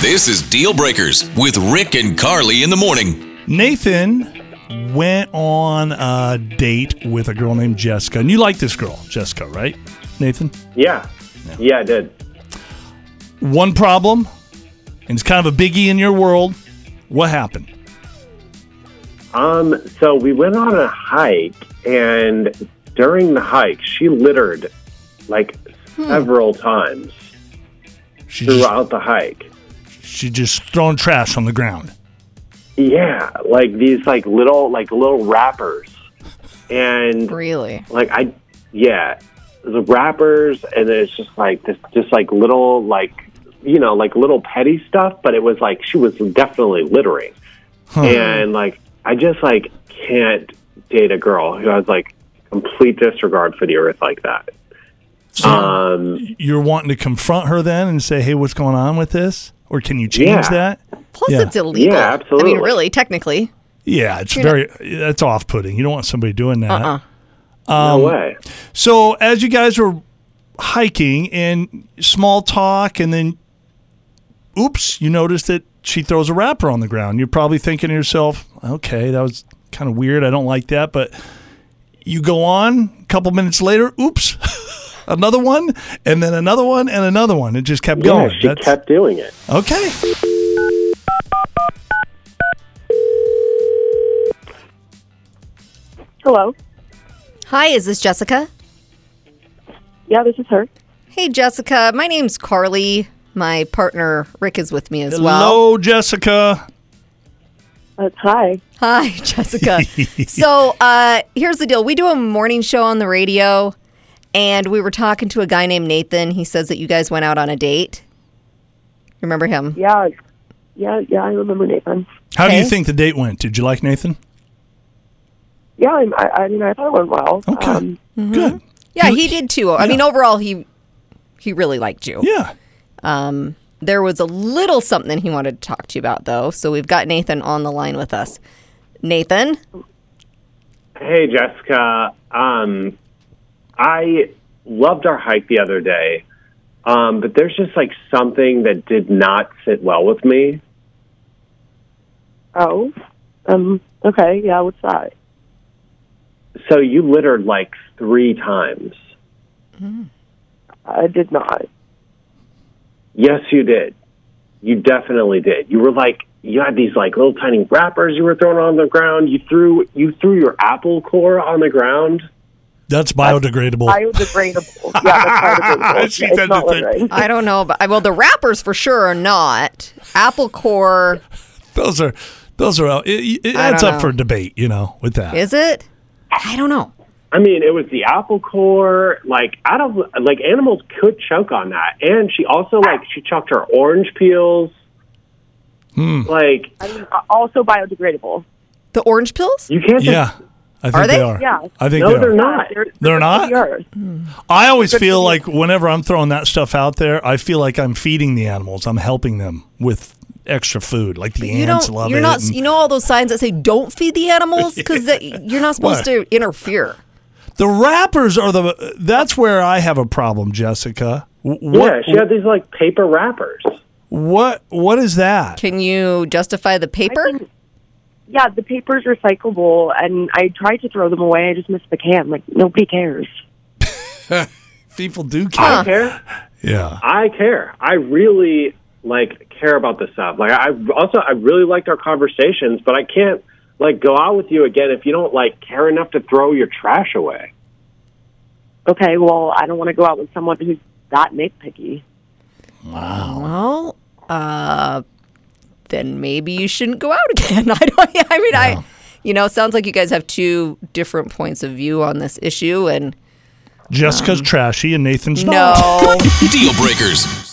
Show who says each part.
Speaker 1: This is Deal Breakers with Rick and Carly in the morning.
Speaker 2: Nathan went on a date with a girl named Jessica. And you like this girl, Jessica, right? Nathan?
Speaker 3: Yeah. Yeah, I did.
Speaker 2: One problem, and it's kind of a biggie in your world. What happened?
Speaker 3: Um, so we went on a hike, and during the hike, she littered like several times
Speaker 2: She just,
Speaker 3: throughout the hike.
Speaker 2: she just thrown trash on the ground.
Speaker 3: Yeah, like these like little like little wrappers, and
Speaker 4: Really?
Speaker 3: like I, yeah, the wrappers, and then it's just like this, just like little like you know like little petty stuff, but it was like she was definitely littering, and like I just like can't date a girl who has like complete disregard for the earth like that.
Speaker 2: So
Speaker 3: Um,
Speaker 2: you're wanting to confront her then and say, "Hey, what's going on with this?" Or can you change
Speaker 3: Yeah.
Speaker 2: that?
Speaker 4: Plus,
Speaker 2: Yeah.
Speaker 4: it's illegal.
Speaker 3: Yeah,
Speaker 4: I
Speaker 3: absolutely.
Speaker 4: mean, really, technically.
Speaker 2: Yeah, it's very that's off-putting. You don't want somebody doing that.
Speaker 3: no way.
Speaker 2: So as you guys were hiking and small talk, and then, oops, you notice that she throws a wrapper on the ground. You're probably thinking to yourself, okay, that was kind of weird. I don't like that. But you go on. A couple minutes later, oops, another one, and then another one, and another one. It just kept
Speaker 3: Yeah,
Speaker 2: going.
Speaker 3: she kept doing it.
Speaker 2: okay.
Speaker 5: Hello.
Speaker 4: Hi, is this Jessica?
Speaker 5: Yeah, this is her.
Speaker 4: Hey, Jessica. My name's Carly. My partner Rick is with me as well.
Speaker 2: Hello, Jessica.
Speaker 5: Uh, hi.
Speaker 4: Hi, Jessica. so uh, here's the deal we do a morning show on the radio, and we were talking to a guy named Nathan. He says that you guys went out on a date. Remember him?
Speaker 5: Yeah, yeah, yeah. I remember Nathan.
Speaker 2: How do you
Speaker 4: Okay.
Speaker 2: think the date went? Did you like Nathan?
Speaker 5: Yeah, I'm, I, I mean, I thought it went well.
Speaker 2: Okay.
Speaker 5: Um,
Speaker 4: Mm-hmm.
Speaker 2: Good.
Speaker 4: Yeah, he did too. I mean, overall, he he really liked you.
Speaker 2: Yeah.
Speaker 4: There was a little something he wanted to talk to you about, though. So we've got Nathan on the line with us. Nathan,
Speaker 3: Hey, Jessica. Um, I loved our hike the other day, um, but there's just like something that did not sit well with me.
Speaker 5: oh. Um. Okay. Yeah. What's that?
Speaker 3: So you littered like three times.
Speaker 5: I did not.
Speaker 3: Yes, you did. You definitely did. You were like you had these like little tiny wrappers you were throwing on the ground. You threw you threw your apple core on the ground.
Speaker 2: That's biodegradable.
Speaker 5: Biodegradable. yeah, that's biodegradable.
Speaker 2: She
Speaker 5: it's
Speaker 2: said
Speaker 5: not
Speaker 2: the thing.
Speaker 5: littering.
Speaker 4: I don't know, but well, the rappers for sure are not. Apple Core
Speaker 2: those are those are out. It, it
Speaker 4: I
Speaker 2: adds up
Speaker 4: don't know.
Speaker 2: for debate, you know, with that.
Speaker 4: is it? I don't know.
Speaker 3: I mean, it was the apple core. Like, I don't like animals could choke on that, and she also like she chucked her orange peels. Like,
Speaker 5: I mean, uh, also biodegradable.
Speaker 4: The orange pills?
Speaker 3: you can't. Just,
Speaker 2: yeah, I think
Speaker 4: Are
Speaker 2: they?
Speaker 4: they?
Speaker 2: are.
Speaker 5: Yeah.
Speaker 2: I think
Speaker 3: No,
Speaker 2: they are.
Speaker 3: they're not.
Speaker 5: They're,
Speaker 2: They're not?
Speaker 5: The earth.
Speaker 2: I always feel like whenever I'm throwing that stuff out there, I feel like I'm feeding the animals. I'm helping them with extra food. Like the
Speaker 4: You
Speaker 2: ants
Speaker 4: don't.
Speaker 2: love
Speaker 4: you're
Speaker 2: it.
Speaker 4: not.
Speaker 2: and
Speaker 4: You know all those signs that say "Don't feed the animals" because you're not supposed to interfere.
Speaker 2: the wrappers are the. That's where I have a problem, Jessica. Wh-
Speaker 3: Yeah,
Speaker 2: What?
Speaker 3: she had these like paper wrappers.
Speaker 2: what? What is that?
Speaker 4: Can you justify the paper?
Speaker 5: think- Yeah, the paper's recyclable, and I tried to throw them away. I just missed the can. Like nobody cares.
Speaker 2: People do
Speaker 3: I
Speaker 4: Uh,
Speaker 2: care.
Speaker 3: care.
Speaker 2: Yeah.
Speaker 3: I care. I really like care about this stuff. Like, I also I really liked our conversations, but I can't like go out with you again if you don't like care enough to throw your trash away.
Speaker 5: Okay. Well, I don't want to go out with someone who's that nitpicky.
Speaker 4: Well, uh, then maybe you shouldn't go out again. I don't. I mean, I. You know, it sounds like you guys have two different points of view on this issue, and
Speaker 2: Jessica's trashy and Nathan's not.
Speaker 4: um, no.
Speaker 1: Deal Breakers